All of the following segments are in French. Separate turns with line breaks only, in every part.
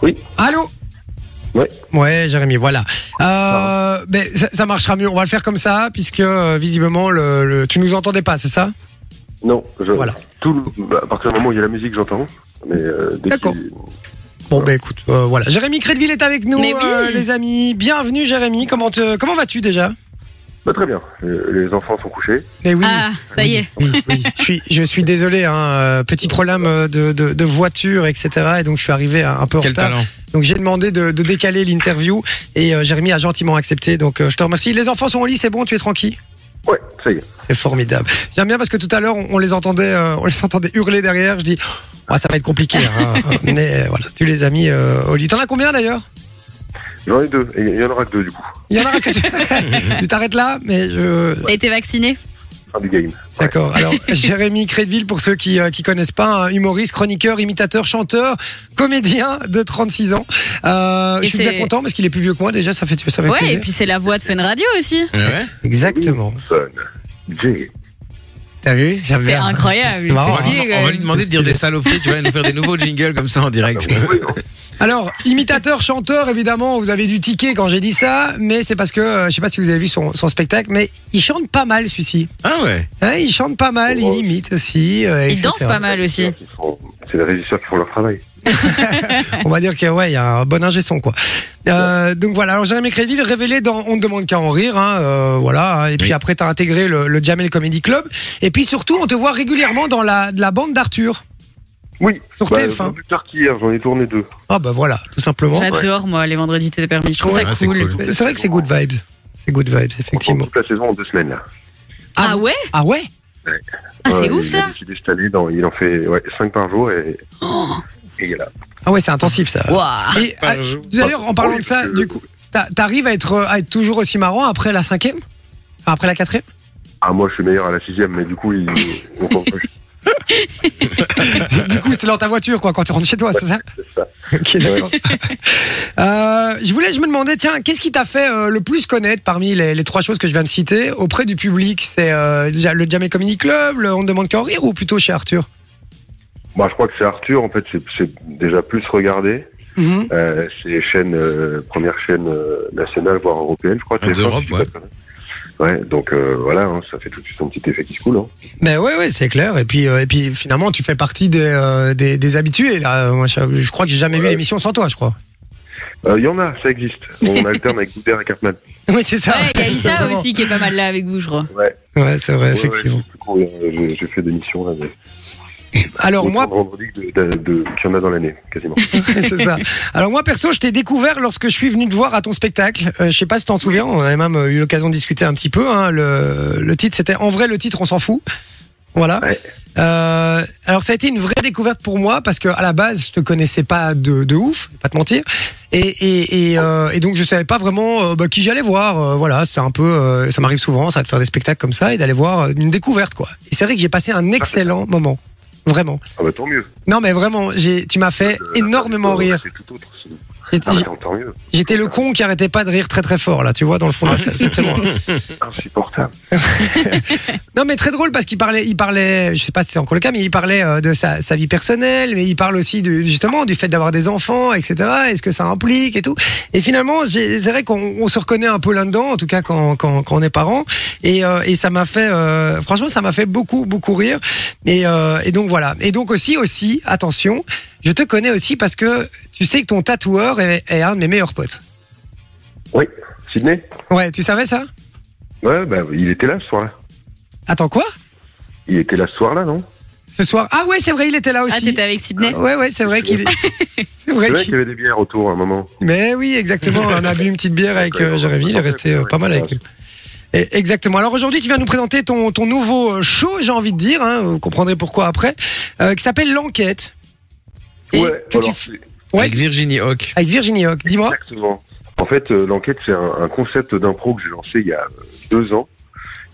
Oui.
Allô
Ouais.
Ouais, Jérémy, voilà. Euh, ben, ça, ça marchera mieux. On va le faire comme ça, puisque euh, visiblement, le, le- tu nous entendais pas, c'est ça
Non, je,
Voilà.
tout, le- bah, à partir du moment où il y a la musique, j'entends. Mais euh, dès
D'accord.
qu'il-
Bon, ben écoute, euh, voilà. Jérémy Crédville est avec nous,
Mais oui.
euh, les amis. Bienvenue, Jérémy. Comment, te, comment vas-tu déjà
Bah, très bien. Euh, Les enfants sont couchés.
Mais oui.
Ah, ça y est.
Oui, oui. Je suis, je suis désolé, hein, euh, petit problème euh, de, de, de voiture, etc. Et donc je suis arrivé un un peu en
Quel
retard.
talent.
Donc j'ai demandé de, de décaler l'interview et euh, Jérémy a gentiment accepté. Donc euh, je te remercie. Les enfants sont au lit, c'est bon, tu es tranquille.
Ouais, ça y est.
C'est formidable. J'aime bien parce que tout à l'heure, on, on les entendait, euh, on les entendait hurler derrière. Je dis, Ah, ça va être compliqué. hein. Mais euh, voilà, tu les as mis euh, au lit. T'en as combien d'ailleurs
J'en ai deux. Et il y en aura que deux, du coup.
Il y en a un que tu tu t'arrêtes là, mais je.
T'as été vacciné
Fin du game.
D'accord. Alors, Jérémy Crédville, pour ceux qui ne connaissent pas, un humoriste, chroniqueur, imitateur, chanteur, comédien de 36 ans. Euh,
Et
je suis
c'est-
bien content parce qu'il est plus vieux que moi déjà, ça fait, ça fait
Ouais, et
plaisir.
puis c'est la voix de Fun Radio aussi.
Ouais.
Exactement.
Son. Jay.
T'as vu Ça
C'est
vient.
incroyable.
C'est marrant.
On
c'est
va,
stylé,
hein. on va
quand
lui
même.
demander de dire des saloperies, tu vas nous faire des nouveaux jingles comme ça en direct.
Ah bah Oui,
Alors, imitateur, chanteur, évidemment, vous avez du ticket quand j'ai dit ça, mais c'est parce que, euh, je sais pas si vous avez vu son, son spectacle, mais il chante pas mal celui-ci.
Ah ouais
Hein, il chante pas mal, il imite aussi. euh,
Il
etc.
danse pas mal aussi.
Ils sont- C'est les régisseurs qui font leur travail.
On va dire que ouais, il y a un bon ingé son quoi. Euh, donc voilà, alors Jérémy Crédville révélé dans On ne demande qu'à en rire, hein, euh, voilà. hein, et puis
Oui.
après t'as intégré le, le Jamel Comedy Club, et puis surtout on te voit régulièrement dans la, de la bande d'Arthur
Oui.
sur
Bah,
TF1.
Plus tard qu'hier, j'en ai tourné deux.
Ah bah voilà, tout simplement.
J'adore, moi, les vendredis t'es permis. Je trouve
Ouais,
ça
c'est
cool.
cool.
C'est vrai que c'est good vibes, c'est good vibes
On
effectivement.
tourne toute la saison en deux semaines, là.
Ah ouais
Ah ouais.
Ah, c'est
Ouais,
ouf
il a
ça
décidé cette année, dans- il en fait ouais, cinq par jour et. et il est là.
Ah ouais, c'est intensif ça.
Oh, Waouh
Et,
Pas
ah,
jour.
D'ailleurs, en parlant de ça, du coup, t'a- t'arrives à être, euh, à être toujours aussi marrant après la cinquième Enfin, Après la quatrième
Ah, moi, je suis meilleur à la sixième, mais du coup, il. on comprend plus.
Du coup, c'est dans ta voiture, quoi, quand tu rentres chez toi, c'est ça
C'est ça.
Ok, d'accord. Euh, je voulais, je me demandais, tiens, qu'est-ce qui t'a fait euh, le plus connaître parmi les, les trois choses que je viens de citer auprès du public C'est euh, déjà le Jamel Comedy Club, le On ne demande qu'à en rire ou plutôt chez Arthur
Moi, je crois que c'est Arthur, en fait, c'est- c'est déjà plus regardé.
Mm-hmm.
Mhm.
Euh, c'est les chaînes, euh, première chaîne euh, nationale, voire européenne, je crois.
Ah,
TF1,
d'Europe,
si je dis pas de conneries. Ouais, donc euh, voilà, hein, ça fait tout de suite un petit effet qui se coule. Hein.
Mais ouais, ouais, c'est clair. Et puis, euh, et puis, finalement, tu fais partie des, euh, des, des habitués. Là, moi, je, je crois que j'ai jamais vu
Ouais.
l'émission sans toi, je crois.
Euh, Il y en a, ça existe. On alterne avec Boudère et Cartman.
Oui, c'est ça.
Ouais, il y a Issa
Exactement.
aussi qui est pas mal là avec vous, je crois.
Ouais,
Ouais, c'est vrai,
ouais,
effectivement.
ouais, je sais plus combien, euh, j'ai- j'ai fait des missions là. Mais
Alors
autant
moi,
de vendredi que de, de, de- qu'il y en a dans l'année, quasiment.
c'est ça. Alors moi perso, je t'ai découvert lorsque je suis venu te voir à ton spectacle. Euh, je sais pas si t'en souviens, on avait même euh, eu l'occasion de discuter un petit peu. hein. Le, le titre, c'était en vrai le titre, on s'en fout. Voilà.
Ouais.
Euh, alors ça a été une vraie découverte pour moi parce que à la base, je te connaissais pas de, de ouf, je vais pas te mentir. Et, et, et, euh, et donc je savais pas vraiment euh, bah, qui j'allais voir. Euh, voilà, c'est un peu, euh, ça m'arrive souvent, ça de faire des spectacles comme ça et d'aller voir euh, une découverte quoi. Et c'est vrai que j'ai passé un excellent moment, vraiment.
Ah bah tant mieux.
Non mais vraiment, j'ai, tu m'as fait
Euh,
énormément
après,
rire.
C'est tout autre. sinon.
J'étais-
Ah, mais tant- tant mieux.
J'étais le con qui arrêtait pas de rire très très fort là, tu vois, dans le fond. de la salle. C'était moi.
Insupportable.
Non mais très drôle parce qu'il parlait, il parlait, je sais pas si c'est encore le cas, mais il parlait euh, de sa, sa vie personnelle, mais il parle aussi du- justement du fait d'avoir des enfants, etc. Est-ce que ça implique et tout. Et finalement, j'ai- c'est vrai qu'on on se reconnaît un peu là-dedans, en tout cas quand, quand, quand on est parent. Et, euh, et ça m'a fait, euh, franchement, ça m'a fait beaucoup beaucoup rire. Et, euh, et donc voilà. Et donc aussi aussi, attention, je te connais aussi parce que tu sais que ton tatoueur est, est un de mes meilleurs potes.
Oui, Sydney
Ouais, tu savais ça
Ouais, bah il était là ce soir-là.
Attends quoi
Il était là ce soir-là, non
Ce soir. Ah ouais, c'est vrai, il était là
Ah,
aussi.
t'étais avec Sydney
ouais, ouais, c'est vrai qu'il. c'est vrai
C'est vrai qu'il
qu'il.
y avait des bières autour à un moment.
Mais oui, exactement. On a bu une petite bière avec euh, Jérémy. Il est resté euh, pas mal avec lui. Et- exactement. Alors aujourd'hui, tu viens nous présenter ton, ton nouveau euh, show, j'ai envie de dire. hein, vous comprendrez pourquoi après. euh, qui s'appelle L'Enquête. Et
ouais,
que tu
alors,
f-
c'est-
Ouais.
Avec Virginie Hawk.
Avec Virginie Hoc. Dis-moi.
Exactement. En fait, euh, l'enquête, c'est un, un concept d'impro que j'ai lancé il y a euh, deux ans.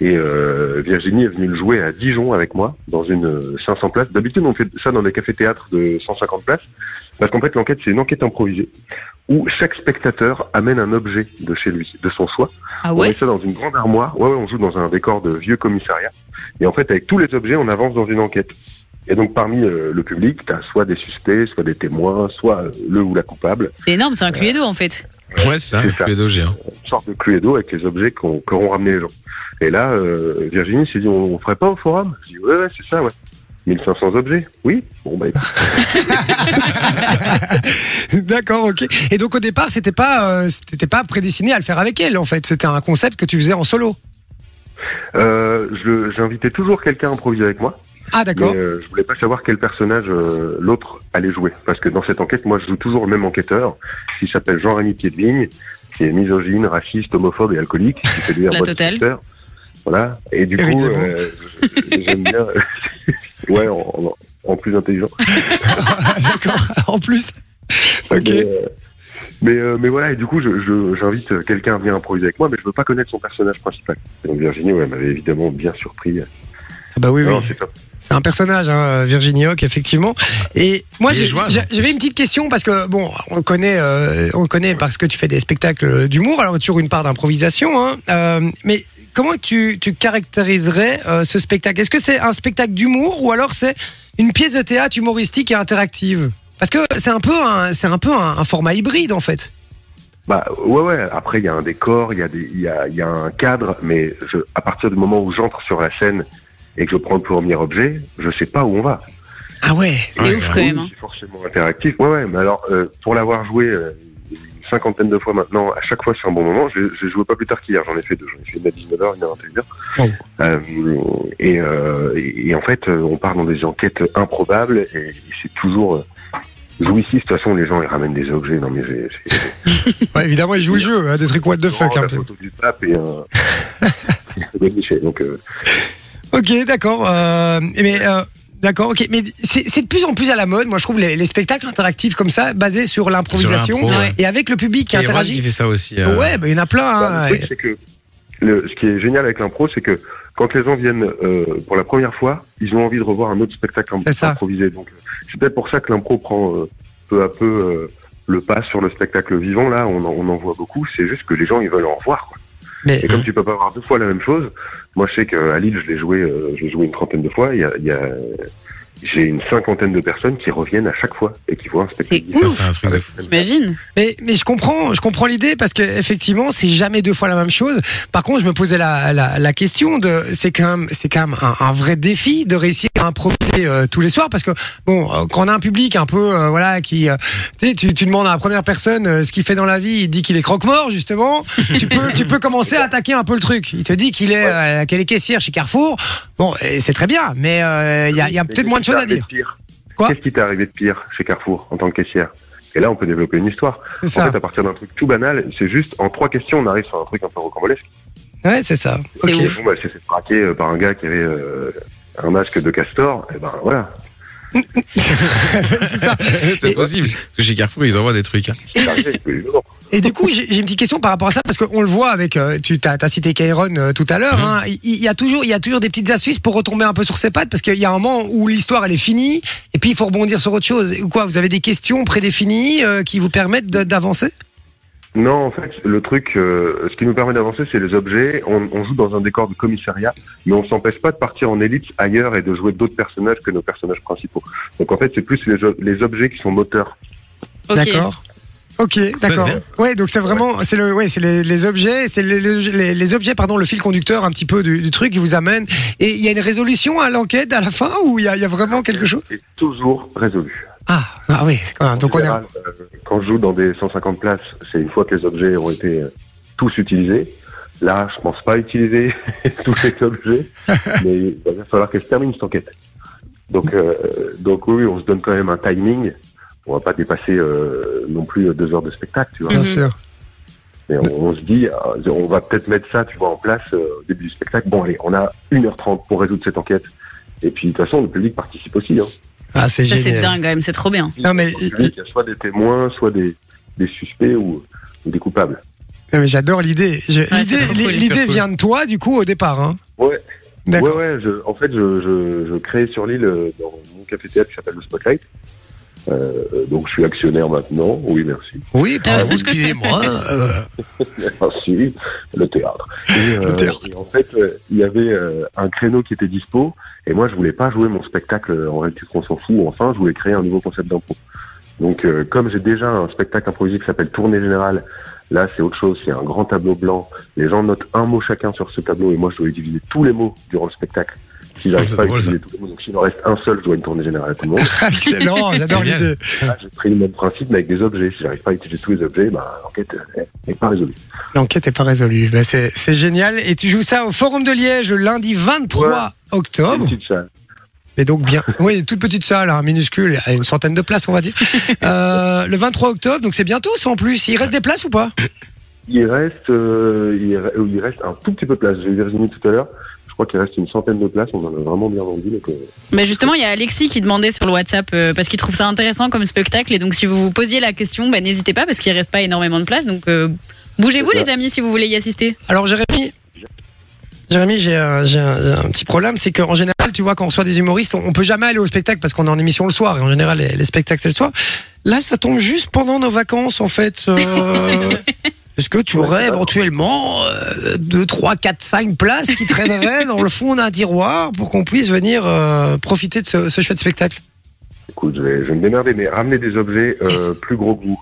Et euh, Virginie est venue le jouer à Dijon avec moi, dans une euh, 500 places. D'habitude, on fait ça dans des cafés-théâtres de 150 places. Parce qu'en fait, l'enquête, c'est une enquête improvisée où chaque spectateur amène un objet de chez lui, de son choix.
Ah
On
ouais
met ça dans une grande armoire. Ouais, ouais, on joue dans un décor de vieux commissariat. Et en fait, avec tous les objets, on avance dans une enquête. Et donc parmi euh, le public, t'as soit des suspects, soit des témoins, soit euh, le ou la coupable.
C'est énorme, c'est un Cluedo en fait.
Ouais, c'est ça,
C'est ça.
le hein. dos géant.
Une sorte de cluedo avec les objets qu'ont qu'auront ramené les gens. Et là, euh, Virginie s'est dit, on, on ferait pas au forum Je dis, ouais, ouais, c'est ça, ouais. 1500 objets Oui Bon, bah écoute,
D'accord, ok. Et donc au départ, c'était pas, euh, c'était pas prédestiné à le faire avec elle en fait. C'était un concept que tu faisais en solo.
euh, je- j'invitais toujours quelqu'un à improviser avec moi,
Ah
mais
d'accord.
euh, je voulais pas savoir quel personnage euh, l'autre allait jouer. Parce que dans cette enquête, moi, je joue toujours le même enquêteur, qui s'appelle Jean-Rémy Piedvigne, qui est misogyne, raciste, homophobe et alcoolique, qui fait lui un
La
bon
totale.
enquêteur. Voilà. Et du
Éric
coup,
Zemmour.
euh, j'aime bien... ouais, en- en- en plus intelligent.
d'accord. En plus. Ok.
Mais, euh, mais, euh, mais voilà, et du coup, je- je- j'invite euh, quelqu'un à venir improviser avec moi, mais je veux pas connaître son personnage principal. Et donc Virginie, ouais, elle m'avait évidemment bien surpris.
Bah oui, oui.
Non, c'est top.
C'est un personnage, hein, Virginie Hoc, effectivement. Et moi,
Il est
j'ai-
jouable. hein.
j'ai- j'avais une petite question parce que bon, on connaît, euh, on connaît parce que tu fais des spectacles d'humour, alors toujours une part d'improvisation. Hein, euh, mais comment tu, tu caractériserais euh, ce spectacle Est-ce que c'est un spectacle d'humour ou alors c'est une pièce de théâtre humoristique et interactive Parce que c'est un peu, un, c'est un peu un, un format hybride en fait.
Bah ouais, ouais. Après, il y a un décor, il y, a des- il y, a, il y a un cadre, mais je, à partir du moment où j'entre sur la scène et que je prends le premier objet, je sais pas où on va.
Ah ouais.
C'est
Ouais,
ouf
ouais.
quand même. hein.
Oui, c'est forcément interactif. Ouais, ouais, mais alors, euh, pour l'avoir joué euh, une cinquantaine de fois maintenant, à chaque fois c'est un bon moment. Je je joué pas plus tard qu'hier, j'en ai fait deux. J'en ai fait une à 19h, une à 21h.
Oh.
Euh, et, euh, et, et en fait, euh, on part dans des enquêtes improbables et, et c'est toujours. euh, jouissif. de toute façon, les gens ils ramènent des objets. Non mais c'est c'est-
Ouais, évidemment, il joue le jeu, hein, des trucs what the fuck.
la
Un peu.
photo du pape et un. et un guichet. Donc euh,
Ok, d'accord. euh, mais euh, d'accord, ok. Mais c'est c'est de plus en plus à la mode. Moi, je trouve les, les spectacles interactifs comme ça, basés sur l'improvisation
Sur l'impro, ouais.
et avec le public qui
Et Erwan qui
interagit.
fait ça aussi. euh,
Ouais, bah, il y en a plein.
Bah,
hein.
le truc, c'est que le- ce qui est génial avec l'impro, c'est que quand les gens viennent euh, pour la première fois, ils ont envie de revoir un autre spectacle im-
C'est ça.
improvisé. Donc, euh, c'est peut-être pour ça que l'impro prend euh, peu à peu euh, le pas sur le spectacle vivant. Là, on, en- on en voit beaucoup. C'est juste que les gens, ils veulent en revoir. quoi.
Mais-
Et comme tu peux pas avoir deux fois la même chose, moi, je sais qu'à Lille, je l'ai joué, euh, je l'ai joué une trentaine de fois. Il y a, il y a- j'ai une cinquantaine de personnes qui reviennent à chaque fois et qui voient un
C'est
spectacle.
ça,
ouf.
C'est un truc de fou.
T'imagines
Mais, mais je comprends, je comprends l'idée parce que effectivement, c'est jamais deux fois la même chose. Par contre, je me posais la, la, la question de, c'est quand même, c'est quand même un, un vrai défi de réussir à improviser euh, tous les soirs parce que bon, euh, quand on a un public un peu, euh, voilà, qui, euh, tu sais, tu, tu demandes à la première personne euh, ce qu'il fait dans la vie, il dit qu'il est croque-mort justement. tu peux, tu peux commencer à attaquer un peu le truc. Il te dit qu'il est, euh, qu'elle est caissière chez Carrefour. Bon, et c'est très bien, mais euh, il y a, il y a peut-être moins de choses à dire. Quoi
Qu'est-ce qui t'est arrivé de pire chez Carrefour en tant que caissière Et là, on peut développer une histoire.
C'est
En
ça.
fait, à partir d'un truc tout banal, c'est juste en trois questions, on arrive sur un truc un peu rocambolesque.
Ouais, c'est ça.
C'est
Ok.
ouf.
Bon, bah, elle s'est fait braquer euh, par un gars qui avait euh, un masque de castor. Et ben voilà.
c'est ça.
c'est possible. Parce que chez Carrefour, ils envoient des trucs. hein.
C'est arrivé, mais non.
Et du coup, j'ai j'ai une petite question par rapport à ça parce qu'on le voit avec euh, tu t'as as cité Kairon euh, tout à l'heure. hein. il, il y a toujours il y a toujours des petites astuces pour retomber un peu sur ses pattes parce qu'il y a un moment où l'histoire elle est finie et puis il faut rebondir sur autre chose. Ou quoi Vous avez des questions prédéfinies euh, qui vous permettent de- d'avancer
Non, en fait, le truc, euh, ce qui nous permet d'avancer, c'est les objets. On, on joue dans un décor de commissariat, mais on s'empêche pas de partir en élite ailleurs et de jouer d'autres personnages que nos personnages principaux. Donc en fait, c'est plus les, o- les objets qui sont moteurs.
Ok.
D'accord. Ok, d'accord.
bien.
Ouais, donc c'est vraiment c'est le ouais c'est les, les objets c'est les, les- les- les objets pardon le fil conducteur un petit peu du, du truc qui vous amène. Et il y a une résolution à l'enquête à la fin ou il y a, il y a vraiment quelque chose
C'est toujours résolu.
Ah ah oui quand même. Donc
En
on est
général, euh, quand je joue dans des 150 places, c'est une fois que les objets ont été euh, tous utilisés. Là, je pense pas utiliser tous ces objets, mais il va bien falloir que je termine cette enquête. Donc, euh, donc oui, on se donne quand même un timing. On va pas dépasser euh, non plus deux heures de spectacle, tu vois.
bien
Mhm.
sûr.
Mais on, on se dit, euh, on va peut-être mettre ça, tu vois, en place euh, au début du spectacle. Bon, allez, on a 1h30 pour résoudre cette enquête. Et puis, de toute façon, le public participe aussi. Hein.
Ah c'est
Ça,
génial.
c'est dingue quand même, c'est trop bien.
Non, mais-
il y a soit des témoins, soit des, des suspects ou, ou des coupables.
Non, mais j'adore l'idée. Je-
Ouais,
l'idée,
c'est trop cool,
l'idée
hyper cool.
vient de toi, du coup, au départ. Hein.
Ouais. Ouais,
D'accord.
ouais. Je, en fait, je, je, je crée sur l'île euh, dans mon café théâtre qui s'appelle le Spotlight. Euh, donc je suis actionnaire maintenant. Oui, merci.
Oui, pardon, excusez-moi. euh,
Merci. Le théâtre. Et, euh,
Le théâtre.
et en fait, euh, il y avait euh, un créneau qui était dispo, et moi je voulais pas jouer mon spectacle en réalité qu'on s'en fout. Enfin, je voulais créer un nouveau concept d'impro. Donc, euh, comme j'ai déjà un spectacle improvisé qui s'appelle Tournée Générale, là c'est autre chose. C'est un grand tableau blanc. Les gens notent un mot chacun sur ce tableau, et moi je dois utiliser tous les mots durant le spectacle. S'ils n'arrivent
c'est
pas à
drôle, ça.
utiliser tous les mots, donc s'il en reste un seul, je dois une tournée générale à tout le monde.
Excellent, j'adore
Génial.
l'idée.
Là, j'ai pris le même principe, mais avec des objets. Si j'arrive pas à utiliser tous les objets, bah, l'enquête euh, n'est pas résolue.
L'enquête n'est pas résolue. Bah, c'est c'est génial. Et tu joues ça au Forum de Liège le lundi 23
Ouais. Une
Ah
octobre.
petite salle.
Mais donc bien. Oui, toute petite salle, hein, minuscule, à une centaine de places, on va dire. Euh, le 23 octobre, donc c'est bientôt, ça en plus. Il reste des places ou pas
Il reste, euh, il, re- il reste un tout petit peu de place. J'ai eu Virginie tout à l'heure. Je crois qu'il reste une centaine de places. On en a vraiment bien vendu. Donc, euh,
Mais justement, il y a Alexis qui demandait sur le WhatsApp euh, parce qu'il trouve ça intéressant comme spectacle. Et donc, si vous vous posiez la question, bah, n'hésitez pas parce qu'il reste pas énormément de place. Donc, euh, bougez-vous,
C'est ça.
les amis, si vous voulez y assister.
Alors Jérémy, Jérémy, j'ai un, j'ai un- j'ai un petit problème, c'est qu'en général, tu vois, quand on reçoit des humoristes, on, on peut jamais aller au spectacle parce qu'on est en émission le soir. Et en général, les, les spectacles c'est le soir. Là, ça tombe juste pendant nos vacances, en fait. Euh, Est-ce que tu aurais éventuellement euh, 2, 3, 4, 5 places qui traîneraient dans le fond d'un tiroir pour qu'on puisse venir euh, profiter de ce, ce chouette spectacle
écoute, je vais, je vais me démerder, mais ramener des objets euh,
Yes.
plus gros que vous.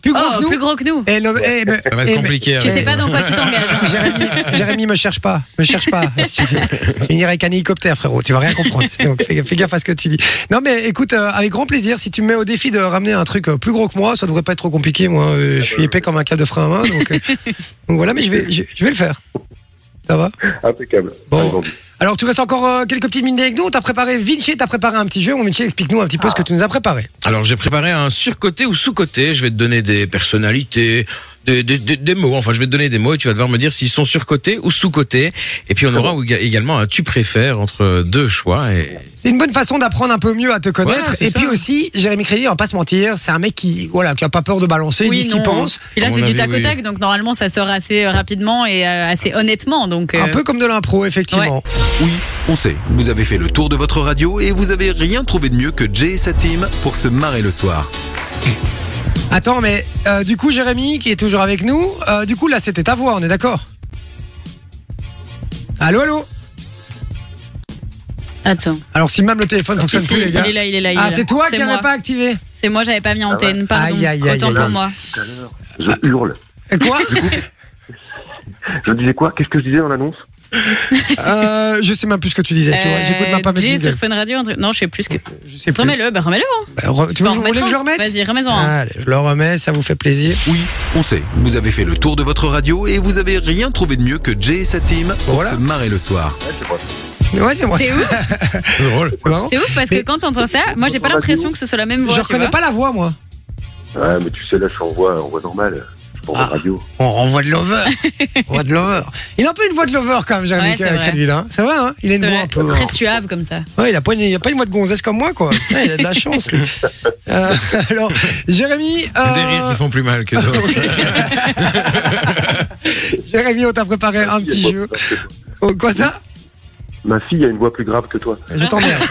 Plus gros
Oh,
que nous
plus gros que nous.
Eh, non, mais- eh, mais-
Ça va
eh,
être
mais-
compliqué.
Tu
ouais.
sais pas dans quoi tu t'engages. hein.
Jérémy, Jérémy, me cherche pas, me cherche pas. Je vais finir avec un hélicoptère, frérot. Tu vas rien comprendre. Donc fais, fais gaffe à ce que tu dis. Non, mais écoute, euh, avec grand plaisir. Si tu me mets au défi de ramener un truc euh, plus gros que moi, ça devrait pas être trop compliqué. Moi, euh, je suis épais comme un câble de frein à main, donc, euh, donc voilà. Mais je vais, je, je vais le faire. Ça va.
Impeccable.
Bon.
Allez, vendu.
Alors, tu restes encore euh, quelques petites minutes avec nous. On t'a préparé, Vinci, t'as préparé un petit jeu. Mon Vinci, explique-nous un petit peu ce que
Ah.
tu nous as préparé.
Alors j'ai préparé un surcoté ou sous-coté. Je vais te donner des personnalités, des, des, des- des mots. Enfin, je vais te donner des mots et tu vas devoir me dire s'ils sont surcotés ou sous-cotés. Et puis on aura ouga- également un tu préfères entre deux choix. Et...
C'est une bonne façon d'apprendre un peu mieux à te connaître.
Ouais, c'est
Et
ça.
puis aussi, Jérémy Crédit, on va pas se mentir, c'est un mec qui, voilà, qui a pas peur de balancer, il dit ce qu'il pense.
Puis là,
À mon
c'est du
avis,
tac au
oui.
tac, donc normalement, ça sort assez euh, rapidement et euh, assez honnêtement. Donc,
Un
euh,
peu comme de l'impro, effectivement.
Oui, on sait, vous avez fait le tour de votre radio et vous avez rien trouvé de mieux que Jay et sa team pour se marrer le soir.
Attends, mais euh, du coup, Jérémy, qui est toujours avec nous, euh, du coup, là, c'était ta voix, on est d'accord Allô, allô
Attends.
Alors, si même le téléphone fonctionne
Si,
plus,
si,
les gars.
il est là, il est là. il
ah,
est là.
c'est toi qui
moi.
n'avais pas activé
C'est moi, j'avais pas mis
Ah ouais.
antenne, pardon.
Aïe, aïe, aïe,
Autant
aïe,
pour
aïe.
moi.
Tout à l'heure, Je hurle.
Et Quoi
Je disais quoi Qu'est-ce que je disais dans l'annonce
euh, Je sais même plus ce que tu disais, tu vois. J'écoute même pas mes
Euh, Jay
jingles.
sur Fun Radio, un truc. Non, je sais plus ce que.
Je sais plus.
Remets-le, bah remets-le. hein.
Bah, re- Tu
Bah,
veux, vous voulez
remets-le.
que je le remette Ah.
Vas-y, remets-en. hein.
Allez, je le remets, ça vous fait plaisir.
Oui, on sait, vous avez fait le tour de votre radio et vous avez rien trouvé de mieux que Jay et sa team pour
Voilà.
se marrer le soir.
Ouais, c'est vrai.
Ouais, c'est moi.
C'est ouf,
C'est drôle.
C'est marrant.
c'est ouf parce que
Mais-
quand t'entends ça, moi j'ai pas l'impression que ce soit la même voix.
Je
tu
reconnais
vois.
pas la voix, moi.
Ouais, mais tu sais, là je suis en voix, en voix normale. Je suis pas en voix
Ah.
radio.
On renvoie de l'over. On renvoie de l'over. Il a un peu une voix de l'over quand même, Jérémy
Ouais, c'est
Cre-
vrai.
Crédville. Hein. C'est vrai, hein Il a une
C'est
voix
vrai,
un peu.
Euh, Très suave comme ça.
Ouais, il a pas une, il a pas une voix de gonzesse comme moi, quoi. Ouais, il a de la chance, lui. Euh, alors, Jérémy,
Des rires
euh,
qui font plus mal que d'autres.
Jérémy, on t'a préparé un petit jeu. Oh, quoi ça
Ma fille a une voix plus grave que toi.
Je t'emmerde.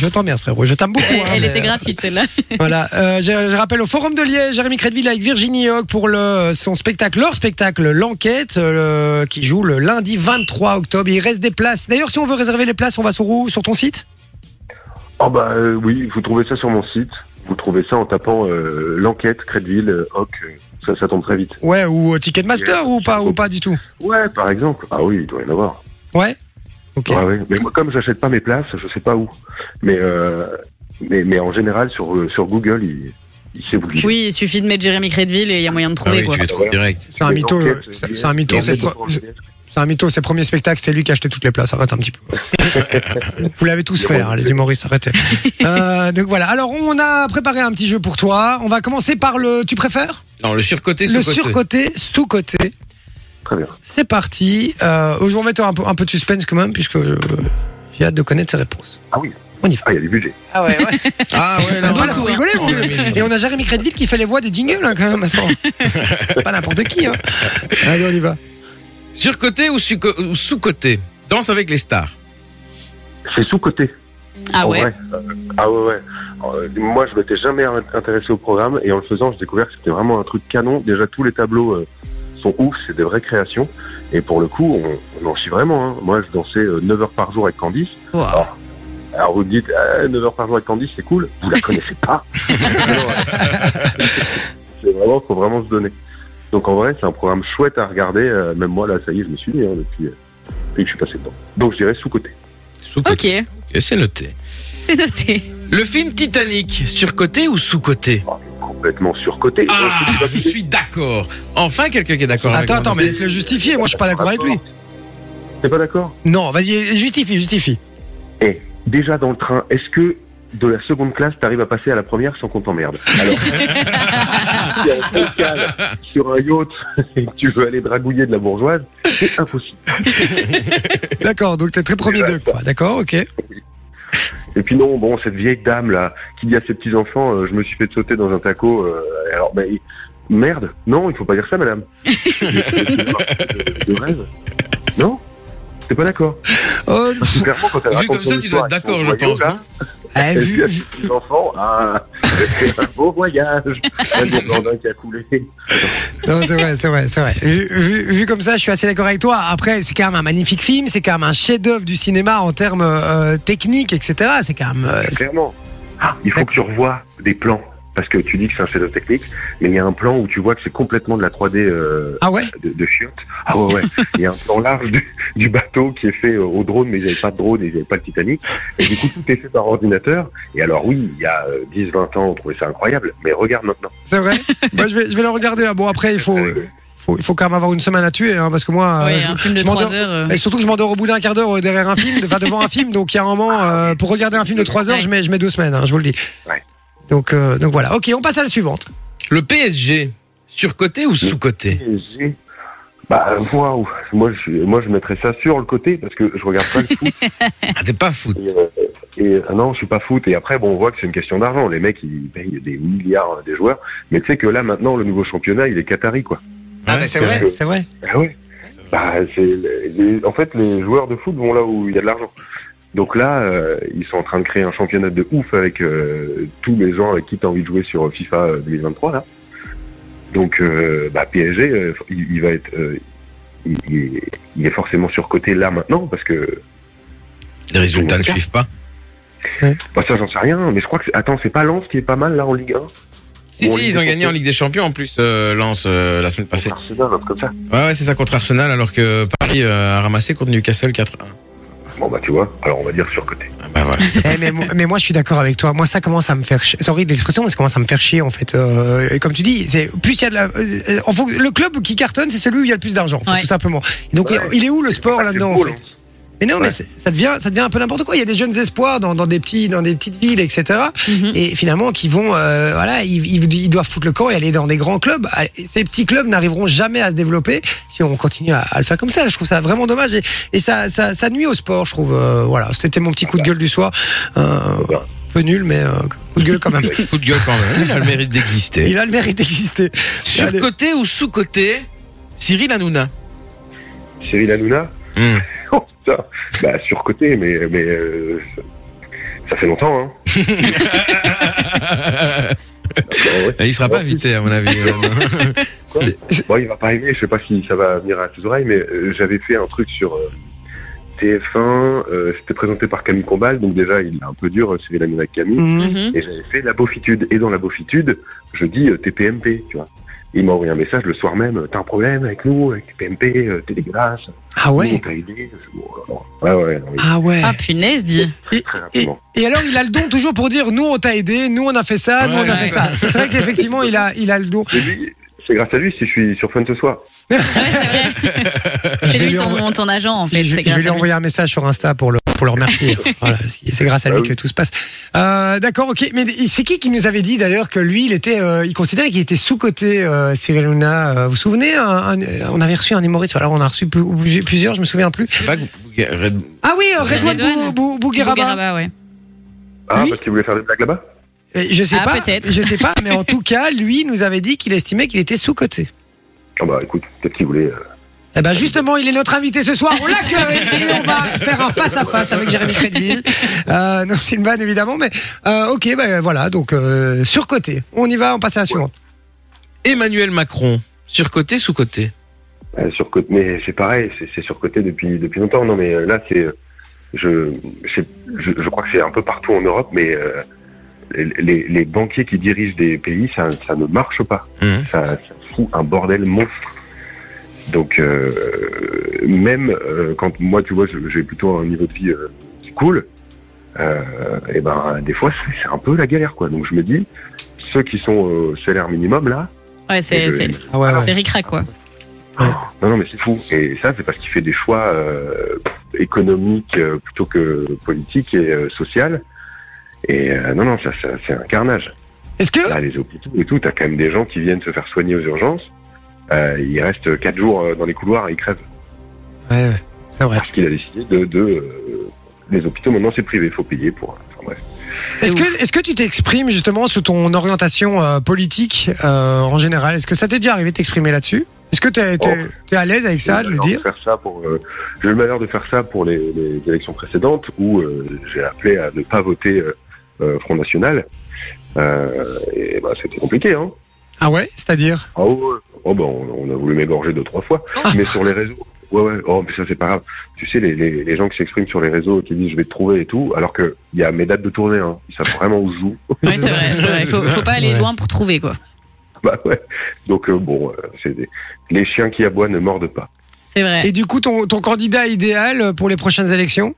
Je t'emmerde, frérot. Je t'aime beaucoup.
Elle,
hein,
elle
mais-
était gratuite celle-là.
Voilà. Euh, je, je rappelle au Forum de Liège, Jérémy Crédville avec Virginie Hogg pour le, son spectacle, leur spectacle, l'enquête, euh, qui joue le lundi 23 octobre. Il reste des places. D'ailleurs, si on veut réserver les places, on va sur où Sur ton site
Oh bah euh, oui, vous trouvez ça sur mon site. Vous trouvez ça en tapant euh, l'enquête, Crédville, euh, Hoc. euh, Ça, ça tombe très vite.
Ouais, ou au Ticketmaster ou pas, ou pas du tout
Ouais, par exemple. Ah oui, il doit y en avoir.
Ouais Ok.
Ouais, ouais. Mais moi, comme j'achète pas mes places, je sais pas où. Mais euh, mais, mais en général, sur euh, sur Google, il, il sait vous dire.
Oui, il suffit de mettre Jérémy Crédville et il y a moyen de
Ah
trouver
oui,
quoi.
tu les trouves direct.
C'est un
Les
mytho,
enquêtes,
euh, c'est-
les-
c'est un mytho,
les
c'est
enquêtes
pro-
en ligne.
C'est un mytho, ses premiers spectacles, c'est lui qui a acheté toutes les places. Arrête un petit peu. Vous l'avez tous fait, hein, les humoristes, arrêtez. Euh, donc voilà. Alors, on a préparé un petit jeu pour toi. On va commencer par le. Tu préfères
Non, le surcoté,
Le
sous-coté.
surcoté, sous-coté.
Très bien.
C'est parti. Euh, je vais remettre un peu, un peu de suspense quand même, puisque je- j'ai hâte de connaître ses réponses.
Ah oui.
On y va.
Ah, il y a du budget.
Ah ouais, ouais. hein.
Ah ouais, non,
voilà,
non,
vous
non.
rigolez, vous.
Oh, mais-
Et on a Jérémy Crédville qui fait les voix des jingles, hein, quand même. attends. Pas n'importe qui. Hein. Allez, on y va.
Surcoté ou sous- ou sous-coté Danse avec les stars.
C'est sous côté.
Ah
En
ouais.
vrai, euh, ah ouais, ouais. Euh, moi, je m'étais jamais in- intéressé au programme et en le faisant, j'ai découvert que c'était vraiment un truc canon. Déjà, tous les tableaux euh, sont ouf, c'est des vraies créations. Et pour le coup, on, on en chie vraiment. hein. Moi, je dansais 9 heures par jour avec Candice.
Wow.
Alors vous me dites, 9 heures par jour avec Candice, c'est cool. Vous la connaissez pas. Alors, euh, c'est vraiment, faut vraiment se donner. Donc en vrai, c'est un programme chouette à regarder. Euh, même moi, là, ça y est, je me suis mis hein, depuis, euh, depuis que je suis passé dedans. Donc je dirais sous-côté.
Sous-côté.
Ok,
Ok, C'est noté.
c'est noté.
Le film Titanic, surcoté ou sous-coté
Complètement surcoté.
Ah,
bah,
je suis d'accord. Enfin, quelqu'un qui est d'accord avec
Attends,
moi.
attends, mais laisse-le justifier. Moi, je suis pas d'accord avec lui.
T'es pas d'accord
Non, vas-y, justifie, justifie.
Eh, déjà dans le train, est-ce que de la seconde classe, t'arrives à passer à la première sans qu'on t'emmerde Alors, si en focale, sur un yacht et que tu veux aller dragouiller de la bourgeoise, c'est impossible.
D'accord, donc t'es très premier deux, quoi. D'accord, ok.
Et puis non, bon, cette vieille dame là, qui dit à ses petits-enfants, euh, je me suis fait sauter dans un taco, euh, alors, ben, merde, non, il faut pas dire ça, madame. de, de rêve Non T'es pas d'accord
Oh,
Clairement, quand elle
Vu
raconte
comme
son
ça, tu
histoire
dois être
avec son
d'accord, je
voyou,
pense.
là,
non
eh,
Et
vu,
puis,
vu-
Les enfants, ah, c'est un beau voyage. Un des Blandins qui a coulé.
non, c'est vrai, c'est vrai, c'est vrai. Vu, vu- vu comme ça, je suis assez d'accord avec toi. Après, c'est quand même un magnifique film, c'est quand même un chef-d'œuvre du cinéma en termes euh, techniques, etc. C'est quand même. euh, c'est-
Clairement. Ah, il faut que tu revoies des plans. Parce que tu dis que c'est un chef technique, mais il y a un plan où tu vois que c'est complètement de la 3D euh,
ah ouais
de, de chiottes. Ah ouais, ouais. Il y a un plan large du, du bateau qui est fait euh, au drone, mais ils n'avaient pas de drone, ils n'avaient pas le Titanic. Et du coup, tout est fait par ordinateur. Et alors oui, il y a euh, 10, 20 ans, on trouvait ça incroyable, mais regarde maintenant.
C'est vrai Moi, je vais, je vais le regarder. Ah Bon, après, il faut, il faut, il faut quand même avoir une semaine à tuer, hein, parce que moi, euh,
Ouais,
je-
un film de
je m'endors-
3 heures. euh.
Et surtout que je m'endors au bout d'un quart d'heure euh, derrière un film, de- enfin devant un film, donc il y a un moment, euh, pour regarder un film de 3 heures, je mets, je mets deux semaines, hein, je vous le dis.
Ouais.
Donc, euh, donc voilà, ok, on passe à la suivante.
Le PSG, surcoté ou sous-coté
PSG. Bah waouh, moi je moi je mettrais ça sur le côté parce que je regarde pas le foot
Ah, t'es pas fou.
et, euh, et, euh, non je suis pas foot et après bon on voit que c'est une question d'argent les mecs ils payent des milliards euh, des joueurs mais tu sais que là maintenant le nouveau championnat il est qatari quoi.
Ah,
Ouais,
bah, c'est
vrai.
vrai, c'est vrai.
Ah ouais. Bah c'est les- en fait les joueurs de foot vont là où il y a de l'argent. Donc là euh, ils sont en train de créer un championnat de ouf avec euh, tous les gens avec qui t'as envie de jouer sur euh, FIFA 2023 là. Donc euh, bah, PSG euh, il, il va être euh, il, il est- il est forcément surcoté là maintenant parce que
Les résultats ne suivent pas.
Bah ça j'en sais rien, mais je crois que c'est- attends c'est pas Lens qui est pas mal là en Ligue 1
Si,
Ou en
si,
Ligue
ils ont
des
gagné en
Champions.
Ligue des Champions en plus, euh, Lens, euh, la semaine passée.
Contre Arsenal, un truc comme ça.
Ouais, ouais, c'est ça contre Arsenal, alors que Paris euh, a ramassé contre Newcastle 4-1.
Bon bah tu vois, alors on va dire surcoté.
Ah, bah voilà.
Eh, mais, moi- mais moi, je suis d'accord avec toi. Moi, ça commence à me faire chier. Sorry de l'expression, mais ça commence à me faire chier, en fait. Euh, et comme tu dis, c'est, plus il y a de la, euh, en fon- le club qui cartonne, c'est celui où il y a le plus d'argent, en fait,
Ouais.
tout simplement. Et donc,
Ouais.
il est où le sport
Bah, C'est
là-dedans, en
beau,
fait?
Lens.
Mais non, mais
Ouais.
c'est- ça devient, ça devient un peu n'importe quoi. Il y a des jeunes espoirs dans, dans des petits, dans des petites villes, etc.
Mhm.
Et finalement, qui vont, euh, voilà, ils, ils, ils doivent foutre le camp et aller dans des grands clubs. Ah, Ces petits clubs n'arriveront jamais à se développer si on continue à, à le faire comme ça. Je trouve ça vraiment dommage et, et ça, ça, ça nuit au sport. Je trouve, Euh, voilà, c'était mon petit coup de gueule du soir, Euh, un peu nul, mais euh, coup de gueule quand même.
Coup de gueule quand même. Il a le mérite d'exister.
Il a le mérite d'exister.
Surcoté ou sous-coté Cyril Hanouna.
Cyril Hanouna
Hmm.
Oh putain Bah surcoté mais mais euh, ça, ça fait longtemps hein. Bah, ouais.
Il sera pas invité, à mon avis. euh,
Bon il va pas aimer, je sais pas si ça va venir à tes oreilles, mais euh, j'avais fait un truc sur euh, TF1, euh, c'était présenté par Camille Combal, donc déjà il est un peu dur euh, Cyril Hanouna avec Camille.
Mhm.
Mhm.
Et j'avais fait la beaufitude. Et dans la beaufitude, je dis euh, TPMP, tu vois. Il m'a envoyé un message le soir même, t'as un problème avec nous, avec TPMP, euh, t'es dégueulasse,
Ah
nous, on
ouais.
t'a aidé. Je- oh là là. Ouais, ouais, non, mais
Ah ouais.
Ah punaise, dis.
très
Et,
rapidement.
et alors, il a le don toujours pour dire nous on t'a aidé, nous on a fait ça, nous
Ouais,
on a
ouais.
fait ça. C'est vrai qu'effectivement, il a, il a le don.
Et lui, C'est grâce à lui si je suis sur Fun ce soir.
Ouais, c'est vrai.
Je
C'est
vais
lui
lui
ton,
envoyer-
ton agent en
Je,
fait.
je
C'est
vais
grâce
lui
à lui.
envoyer un message sur Insta pour le, pour le remercier. Voilà, c'est grâce à lui que tout se passe. Euh, D'accord, ok. Mais c'est qui qui nous avait dit d'ailleurs que lui, il était, euh, il considérait qu'il était sous-côté, euh, Cyril Luna. Vous vous souvenez un- un- euh, On avait reçu un humoriste, alors on a reçu plus- plus- plusieurs, je me souviens plus. Ah oui, euh, Redouane Bou-
Redouane.
Bou- Bougueraba.
Bougueraba, ouais.
Ah,
Oui.
parce qu'il voulait faire des blagues là-bas
Euh, Je sais
Ah,
pas,
peut-être.
je sais pas, mais en tout cas, lui nous avait dit qu'il estimait qu'il était sous-côté.
Ah bah écoute, peut-être qu'il voulait euh,
Eh ben justement, il est notre invité ce soir. On l'accueille et on va faire un face à face avec Jérémy Crédville. Euh, non, c'est une vanne évidemment, mais euh, ok, ben voilà. Donc euh, surcoté. On y va, on passe à la suivante.
Emmanuel Macron, surcoté, sous-coté
Euh, surcoté, mais c'est pareil, c'est- c'est surcoté depuis, depuis longtemps. Non, mais euh, là, c'est. euh, Je, je, je je crois que c'est un peu partout en Europe, mais euh, les, les banquiers qui dirigent des pays, ça, ça ne marche pas.
Mhm.
Ça, ça fout un bordel monstre. Donc, euh, même euh, quand moi, tu vois, je- j'ai plutôt un niveau de vie euh, qui coule, euh, et ben, des fois, c'est- c'est un peu la galère, quoi. Donc, je me dis, ceux qui sont au salaire minimum, là,
Ouais, c'est
je-
c'est-
Ah ouais,
c'est ric-rac, quoi.
Non, non, mais c'est fou. Et ça, c'est parce qu'il fait des choix euh, économiques euh, plutôt que politiques et euh, social. Et euh, non, non, ça, ça, c'est un carnage.
Est-ce que
Là, les hôpitaux et tout, t'as quand même des gens qui viennent se faire soigner aux urgences. Euh, ils restent quatre jours euh, dans les couloirs et ils crèvent.
Ouais, ouais, c'est vrai.
Parce qu'il a décidé de... de euh, les hôpitaux, maintenant, c'est privé, faut payer pour... euh, Enfin, bref.
Ah, Est-ce que, est-ce que tu t'exprimes justement sous ton orientation euh, politique euh, en général Est-ce que ça t'est déjà arrivé de t'exprimer là-dessus Est-ce que t'es, t'es, t'es à l'aise avec ça,
J'ai
de
eu
le
malheur
dire
faire ça pour, euh, j'ai eu le malheur de faire ça pour les, les élections précédentes où euh, j'ai appelé à ne pas voter euh, euh, Front National. Euh, et bah, c'était compliqué. Hein.
Ah ouais C'est-à-dire
Ah ouais, ouais. oh, bah, on, on a voulu m'égorger deux, trois fois. Mais sur les réseaux. Ouais, ouais. Oh, mais ça, c'est pas grave. Tu sais, les, les, les gens qui s'expriment sur les réseaux et qui disent je vais te trouver et tout, alors qu'il y a mes dates de tournée. Hein. Ils savent vraiment où je joue.
Ouais, c'est vrai, c'est vrai. Faut, faut pas aller
Ouais.
loin pour trouver, quoi.
bah ouais. Donc, euh, bon, euh, c'est des... les chiens qui aboient ne mordent pas.
C'est vrai.
Et du coup, ton, ton candidat idéal pour les prochaines élections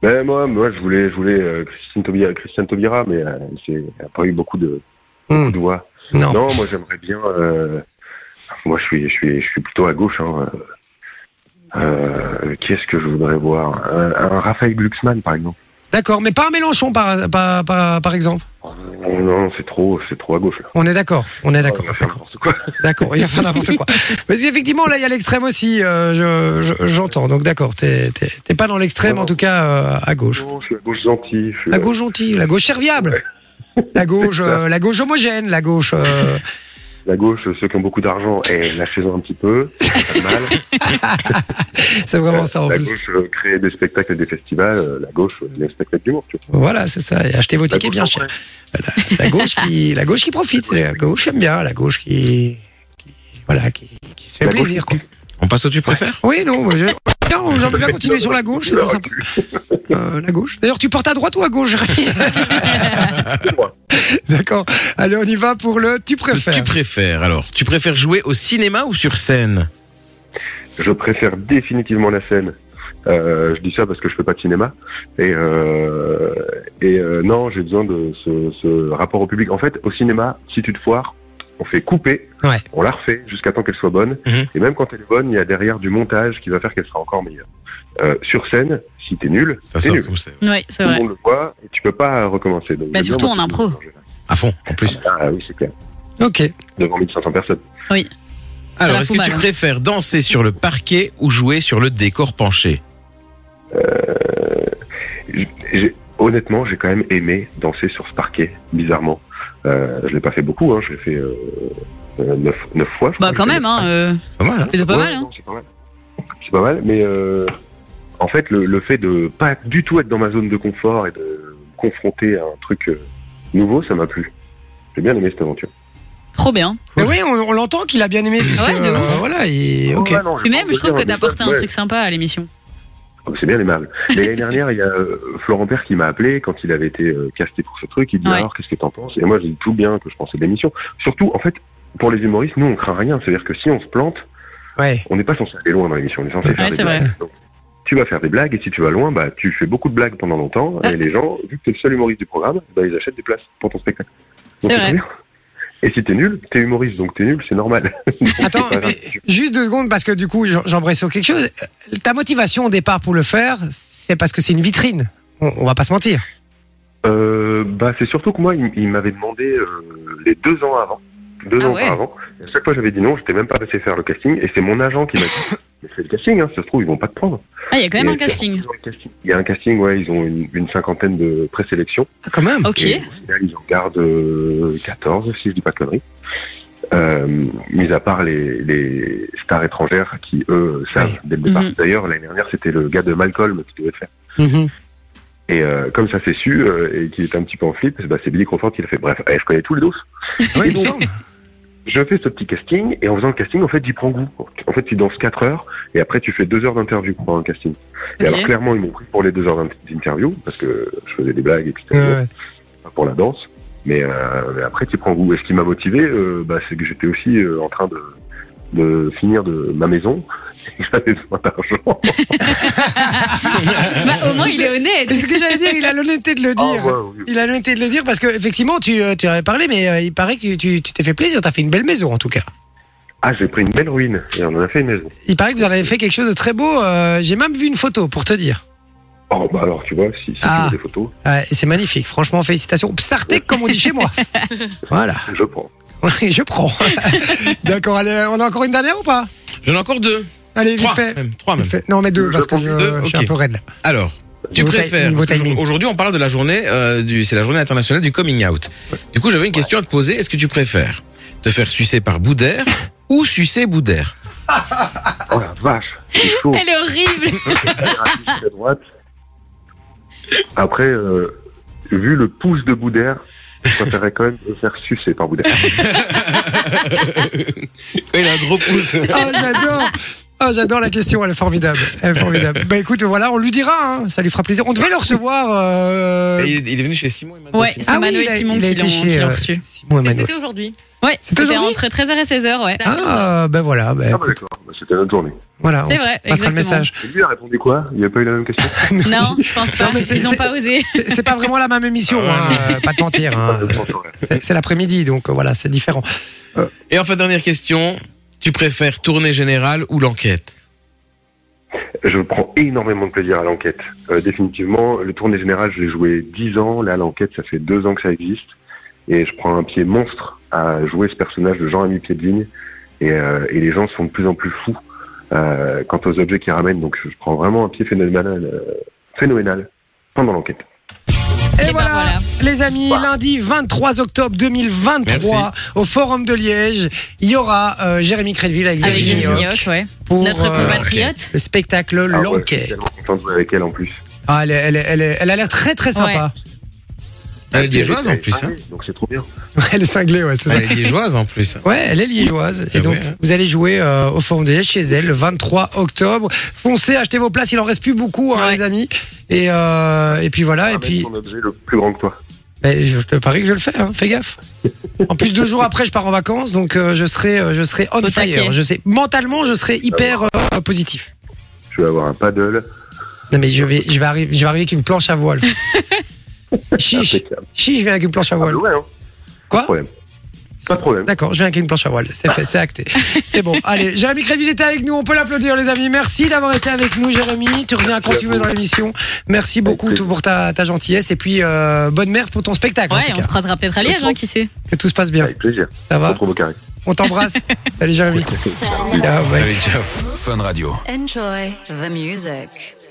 Ben moi, moi, je voulais, je voulais euh, Christine Taubira, Christiane Taubira, mais euh, j'ai elle a pas eu beaucoup de, beaucoup de voix.
Hmm. Non.
moi j'aimerais bien. euh, moi, je suis, je suis, je suis plutôt à gauche. Hein, euh, euh, qui est-ce que je voudrais voir un, un Raphaël Glucksmann, par exemple.
D'accord, mais pas un Mélenchon par, par, par, par exemple.
Non, Oh, non, c'est trop, c'est trop à gauche là.
On est d'accord, on est d'accord.
On va faire
d'accord.
n'importe quoi.
D'accord, il va faire n'importe quoi. Parce qu'effectivement, là, il y a l'extrême aussi, euh, je- je- j'entends. Donc d'accord, t'es, t'es, t'es pas dans l'extrême, en tout cas euh, à gauche.
Non, Je suis à gauche gentil. je suis
La
à-
gauche gentille, la gauche serviable. La gauche, euh, la gauche homogène, la gauche. euh,
La gauche, ceux qui ont beaucoup d'argent, et lâchez-en un petit peu. Pas de mal.
c'est vraiment ça en
la
plus.
gauche, euh, créer des spectacles et des festivals. euh, La gauche, euh, les spectacles d'humour. Tu vois.
Voilà, c'est ça. Et achetez vos
La
tickets bien
gauche, en
cher.
vrai.
La gauche qui, la gauche qui profite, la gauche aime bien, la gauche qui, qui- voilà, qui, qui se fait
La gauche
plaisir. Quoi.
On passe au tu préfères
Oui, non, je, bien, on j'aimerais bien continuer sur la gauche, c'était sympa. Euh, la gauche. D'ailleurs, tu portes à droite ou à gauche Jérémy D'accord. Allez, on y va pour le tu
Le
préfères.
Tu préfères alors Tu préfères jouer au cinéma ou sur scène
Je préfère définitivement la scène. Euh, je dis ça parce que je fais pas de cinéma. Et, euh, et euh, non, j'ai besoin de ce, ce rapport au public. En fait, au cinéma, si tu te foires, on fait couper,
Ouais.
on la refait jusqu'à temps qu'elle soit bonne.
Mhm.
Et même quand elle est bonne, il y a derrière du montage qui va faire qu'elle sera encore meilleure. Euh, sur scène, si t'es nul,
Ça
t'es
sort
nul.
comme ça.
Ouais, c'est
Tout le
vrai.
monde le voit et tu peux pas recommencer. Donc,
Bah,
j'aime
surtout
bien, moi,
en
tout le monde
À fond, en plus.
le voit. Ah oui, c'est clair.
Ok.
Devant 1500 personnes.
Alors,
la
est-ce
fout
que tu
mal, hein.
préfères danser sur le parquet ou jouer sur le décor penché
J'ai- j'ai- honnêtement, j'ai quand même aimé danser sur ce parquet, bizarrement. Euh, je l'ai pas fait beaucoup, hein, je l'ai fait euh, euh, neuf, neuf fois. je
Bah,
crois.
quand même, hein. euh,
C'est pas mal, hein
mais c'est pas
Ouais,
mal, hein.
non, C'est pas mal. C'est pas mal, mais euh, en fait, le, le fait de pas du tout être dans ma zone de confort et de me confronter à un truc euh, nouveau, ça m'a plu. J'ai bien aimé cette aventure.
Trop bien.
Mais oui, on, on l'entend qu'il a bien aimé. puisque,
Ouais, de ouf.
euh, voilà. il- ok.
Ouais, non,
Puis même,
pense
je trouve
bien,
que
mais
t'as
ça,
apporté un
ouais,
truc sympa à l'émission.
C'est bien aimable. Mais l'année dernière, il y a euh, Florent Père qui m'a appelé quand il avait été euh, casté pour ce truc. Il dit
Ouais.
alors qu'est-ce que t'en penses Et moi j'ai dit tout bien que je pensais de l'émission. Surtout en fait, pour les humoristes, nous on craint rien. C'est-à-dire que si on se plante,
Ouais.
on n'est pas censé aller loin dans l'émission. On est censé
Ouais,
faire des
c'est
blagues. Donc, tu vas faire des blagues et si tu vas loin, bah tu fais beaucoup de blagues pendant longtemps et les gens, vu que t'es le seul humoriste du programme, bah ils achètent des places pour ton spectacle. Donc,
C'est
c'est
vrai.
bien. Et si t'es nul, t'es humoriste, donc t'es nul, c'est normal.
Attends,
C'est pas grave.
mais juste deux secondes parce que du coup, j'en- j'embrasse sur quelque chose. Euh, Ta motivation au départ pour le faire, c'est parce que c'est une vitrine. On, on va pas se mentir.
Euh, bah, c'est surtout que moi, il, il m'avait demandé euh, les deux ans avant. Deux
Ah
ans
ouais.
avant. Et à chaque fois, j'avais dit non, j'étais même pas passé faire le casting. Et c'est mon agent qui m'a dit Mais fais le casting, hein, si ça se trouve, ils vont pas te prendre.
Ah, il y a quand même
Et
un casting.
ils ont le casting. Il y a un casting, ouais, ils ont une, une cinquantaine de présélections.
Ah, Quand même.
Ok.
Et au final, ils en gardent euh, 14, si je dis pas de conneries. euh, mis à part les, les stars étrangères qui, eux, savent
Oui.
dès le départ.
Mhm.
D'ailleurs, l'année dernière, c'était le gars de Malcolm qui devait le faire.
Mhm.
Et euh, comme ça s'est su, euh, et qu'il était un petit peu en flip, bah, c'est Billy Crawford qui l'a fait. Bref, eh, je connais tous les dos.
Oui,
Et
il me
donc,
semble.
je fais ce petit casting, et en faisant le casting, en fait, j'y prends goût. En fait, tu danses 4 heures, et après, tu fais 2 heures d'interview pendant le casting. Et
Ok.
alors, clairement, ils m'ont pris pour les 2 heures d'in- d'interview, parce que je faisais des blagues, etc.
Ouais, ouais.
Pas pour la danse. Mais, euh, mais après, tu prends goût. Et ce qui m'a motivé, euh, bah, c'est que j'étais aussi euh, en train de, de finir de ma maison. Et J'avais besoin d'argent.
Bah, au moins, il est honnête.
C'est ce que j'allais dire, il a l'honnêteté de le
Ah,
dire.
ouais, oui.
Il a l'honnêteté de le dire parce que effectivement tu, euh, tu en avais parlé mais euh, il paraît que tu tu- tu t'es fait plaisir, t'as fait une belle maison en tout cas.
Ah, j'ai pris une belle ruine, et on en a fait une maison.
Il paraît que vous en avez fait quelque chose de très beau, euh, j'ai même vu une photo pour te dire.
Oh, bah alors, tu vois, si, si
Ah.
tu veux des photos,
Ouais, c'est magnifique, franchement félicitations. Psartec comme on dit chez moi. Voilà,
je prends.
Oui, je prends. D'accord, allez, on a encore une dernière ou pas
J'en ai encore deux.
Allez, vite
Trois
fait.
même. Trois
Vite
même.
fait. Non mais deux
Je
parce que je,
deux,
je suis un
ok.
peu raide là.
Alors, tu
Niveau ti-
préfères
niveau
parce que
timing.
Aujourd'hui, on parle de la journée euh, du. C'est la journée internationale du coming out. Du coup, j'avais une question à te poser. Est-ce que tu préfères te faire sucer par Boudère ou sucer Boudère
Oh la vache, c'est chaud.
Elle est horrible.
à droite. Après, euh, vu le pouce de Boudère, je préférerais quand même me faire sucer par Boudère. Ah,
Il a un gros pouce.
Oh, j'adore Oh, j'adore la question, elle est formidable. Elle est formidable. Bah écoute, voilà, on lui dira, hein, ça lui fera plaisir. On devait le recevoir. Euh...
Et il, est- il est venu chez Simon. et maintenant-
Ouais, c'est
Ah oui,
Mano
il a-
et Simon
il a
qui
été
l'ont
chez,
qui l'ont
euh,
reçu.
Simon et
Mais
Mano.
c'était aujourd'hui.
Ouais,
C'est
c'était
aujourd'hui
entre 13h et 16h, ouais.
Ah, ben voilà, ben,
Ah bah d'accord, bah, c'était notre journée.
voilà, on
C'est vrai,
passera le
exactement.
message.
Et lui a répondu quoi Il n'y a pas eu la même question
Non, je pense pas.
Non, mais c'est-
Ils n'ont
c'est-
pas osé.
C'est c'est pas vraiment la même émission,
Ah
hein, euh, pas de mentir. hein.
Je pense, ouais.
C'est c'est l'après-midi, donc euh, voilà, c'est différent.
Et enfin, dernière question. Tu préfères tournée générale ou l'enquête
Je prends énormément de plaisir à l'enquête. Euh, définitivement, le tournée général, je l'ai joué 10 ans. Là, l'enquête, ça fait 2 ans que ça existe. Et je prends un pied monstre à jouer ce personnage de Jean-Ami Piedvigne. Et, euh, et les gens sont de plus en plus fous euh, quant aux objets qu'ils ramènent. Donc, je prends vraiment un pied phénoménal, euh, phénoménal pendant l'enquête.
Et
ben
voilà,
voilà.
les amis, lundi 23 octobre 2023,
Merci.
au Forum de Liège, il y aura euh, Jérémy Crédville avec
Avec
Virginie
Virginie
Virginie
Hoc
Hoc, ouais.
pour
Notre
euh,
compatriote.
le spectacle
Ah ouais, je suis
L'Enquête.
tellement content de jouer avec elle en plus.
Ah, elle, est- elle est- elle est- elle a l'air très très sympa.
Elle est liégeoise en plus.
Ah
hein.
oui, Donc, c'est trop bien.
Elle est cinglée, ouais, c'est ça.
Elle est liégeoise en plus. hein.
Ouais, elle est liégeoise. Et
Ah
donc,
ouais, hein.
vous allez jouer euh, au Forum des Lièges chez elle le 23 octobre. Foncez, achetez vos places. Il en reste plus beaucoup, hein,
Ouais.
les amis. Et, euh, et puis voilà. Et
Ramène
puis,
Ah, ton objet le plus grand que toi.
ben, je te parie que je le fais. Hein, fais gaffe. En plus, deux jours après, je pars en vacances. Donc, euh, je serai, euh, je serai on
Au taquet.
fire. Je sais, mentalement, je serai hyper euh, positif.
Tu vas avoir un paddle.
Non, mais je vais, je vais arriver, je vais arriver avec une planche à voile. Chiche,
Impeccable.
chiche, je viens avec une planche à
Ah, mais
voile.
ouais, hein.
Quoi
Pas de problème.
D'accord, je viens avec une planche à voile. C'est fait, c'est acté. C'est bon. Allez, Jérémy Créville était avec nous. On peut l'applaudir, les amis. Merci d'avoir été avec nous, Jérémy. Tu reviens quand tu veux dans l'émission. Merci beaucoup
plaisir.
tout pour ta, ta gentillesse. Et puis, euh, bonne merde pour ton spectacle. en
Ouais,
tout
on
cas.
se croisera peut-être à Liège, hein, qui sait.
Que tout se passe bien.
Avec plaisir.
Ça va
Retrouve au carré.
On t'embrasse. Salut, Jérémy. Ciao, bye.
Allez, ciao.
Fun Radio.
Enjoy the music.